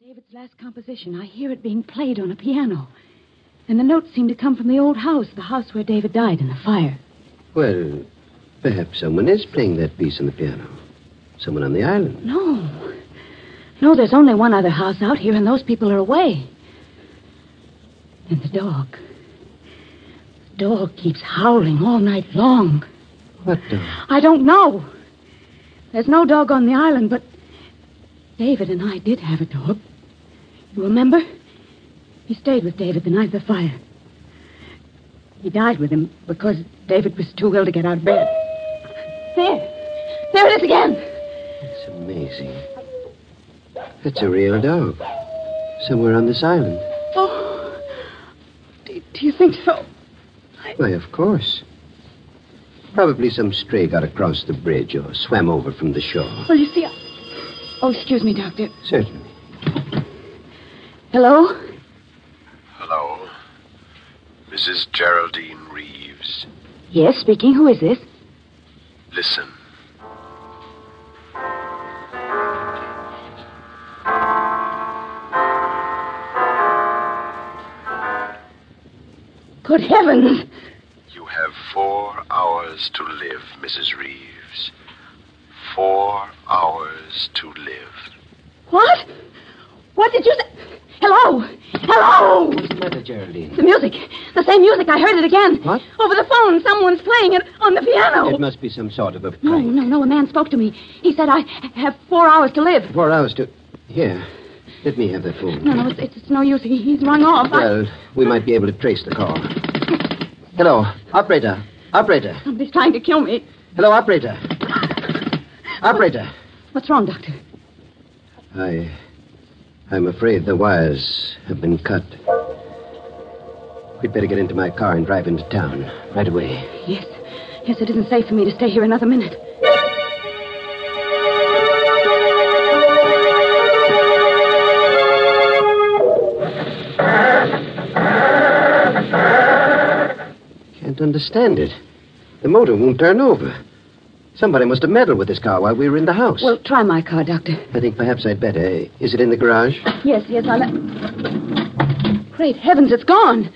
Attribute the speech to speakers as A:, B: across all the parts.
A: David's last composition. I hear it being played on a piano. And the notes seem to come from the old house, the house where David died in the fire.
B: Well, perhaps someone is playing that piece on the piano. Someone on the island.
A: No. No, there's only one other house out here, and those people are away. And the dog. The dog keeps howling all night long.
B: What dog?
A: I don't know. There's no dog on the island, but David and I did have a dog. You remember? He stayed with David the night of the fire. He died with him because David was too ill to get out of bed. There. There it is again.
B: That's amazing. That's a real dog. Somewhere on this island.
A: Oh. Do, do you think so?
B: Why, of course. Probably some stray got across the bridge or swam over from the shore.
A: Well, you see, I... Oh, excuse me, Doctor.
B: Certainly.
A: Hello?
C: Hello. Mrs. Geraldine Reeves.
A: Yes, speaking. Who is this?
C: Listen.
A: Good heavens!
C: You have four hours to live, Mrs. Reeves. Four hours to live.
A: What? What did you say? Hello? Hello?
B: What's the matter, Geraldine?
A: The music. The same music. I heard it again.
B: What?
A: Over the phone. Someone's playing it on the piano.
B: It must be some sort of a prank.
A: No, no, no. A man spoke to me. He said I have four hours to live.
B: Four hours to. Here. Let me have the phone.
A: No, no, it's, it's, it's no use. He, he's rung off. I,
B: Well, we might be able to trace the call. Hello, operator. Operator.
A: somebody's trying to kill me.
B: Hello, operator. Operator.
A: What's wrong, Doctor?
B: I. I'm afraid the wires have been cut. We'd better get into my car and drive into town right away.
A: Yes. Yes, it isn't safe for me to stay here another minute.
B: Can't understand it. The motor won't turn over. Somebody must have meddled with this car while we were in the house.
A: Well, try my car, Doctor.
B: I think perhaps I'd better. eh, Is it in the garage?
A: Yes, yes, I'll. Great heavens, it's gone.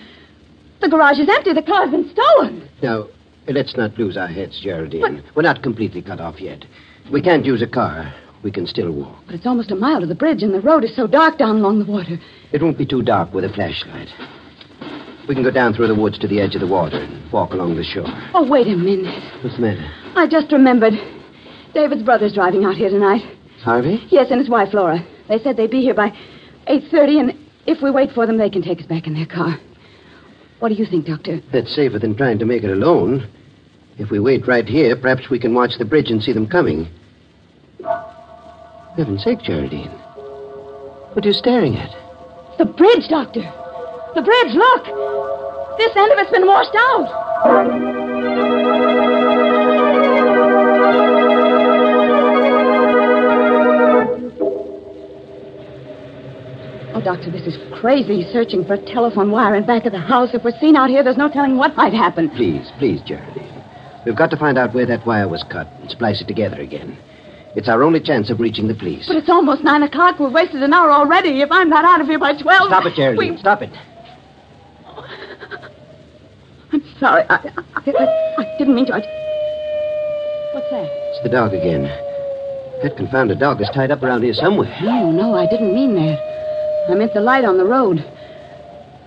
A: The garage is empty. The car's been stolen.
B: Now, eh, let's not lose our heads, Geraldine. We're not completely cut off yet. We can't use a car. We can still walk.
A: But it's almost a mile to the bridge, and the road is so dark down along the water.
B: It won't be too dark with a flashlight. We can go down through the woods to the edge of the water and walk along the shore.
A: Oh, wait a minute.
B: What's the matter?
A: I just remembered. David's brother's driving out here tonight.
B: Harvey?
A: Yes, and his wife, Laura. They said they'd be here by 8.30, and if we wait for them, they can take us back in their car. What do you think, Doctor?
B: That's safer than trying to make it alone. If we wait right here, perhaps we can watch the bridge and see them coming. Heaven's sake, Geraldine. What are you staring at?
A: The bridge, Doctor. The bridge, look. This end of it's been washed out. Oh, Doctor, this is crazy searching for a telephone wire in back of the house. If we're seen out here, there's no telling what might happen.
B: Please, please, Geraldine. We've got to find out where that wire was cut and splice it together again. It's our only chance of reaching the police.
A: But it's almost nine o'clock. We've wasted an hour already. If I'm not out of here by twelve.
B: Stop it, Geraldine.
A: We...
B: Stop it.
A: I'm sorry. I, I, I, I didn't mean to. I... What's that?
B: It's the dog again. That confounded dog is tied up around here somewhere.
A: No, no, I didn't mean that. I meant the light on the road.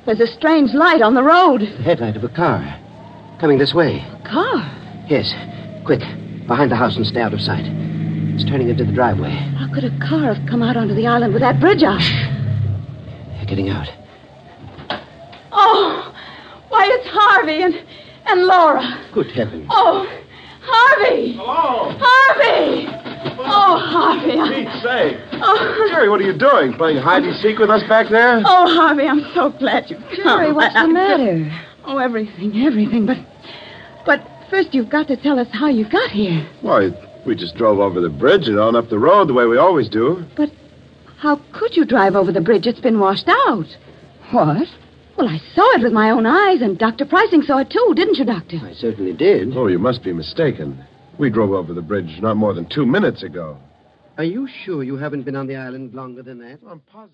A: There's a strange light on the road.
B: The headlight of a car. Coming this way.
A: Car?
B: Yes. Quick. Behind the house and stay out of sight. It's turning into the driveway.
A: How could a car have come out onto the island with that bridge out?
B: They're getting out.
A: Oh, why, it's Harvey and, and Laura.
B: Good heavens.
A: Oh, Harvey!
C: Hello.
A: Harvey! Oh, Harvey. I-
C: Say,
A: Oh,
C: Jerry, what are you doing? Playing hide and seek with us back there?
A: Oh, Harvey, I'm so glad you've come.
D: Jerry, what's
A: I-
D: the
A: I'm
D: matter?
A: just- oh, everything, everything. But, but first you've got to tell us how you got here.
C: Why, we just drove over the bridge and on up the road the way we always do.
A: How could you drive over the bridge? It's been washed out. What? Well, I saw it with my own eyes, and Dr. Pricing saw it too, didn't you, Doctor?
B: I certainly did.
C: Oh, you must be mistaken. We drove over the bridge not more than two minutes ago.
B: Are you sure you haven't been on the island longer than that?
C: I'm positive.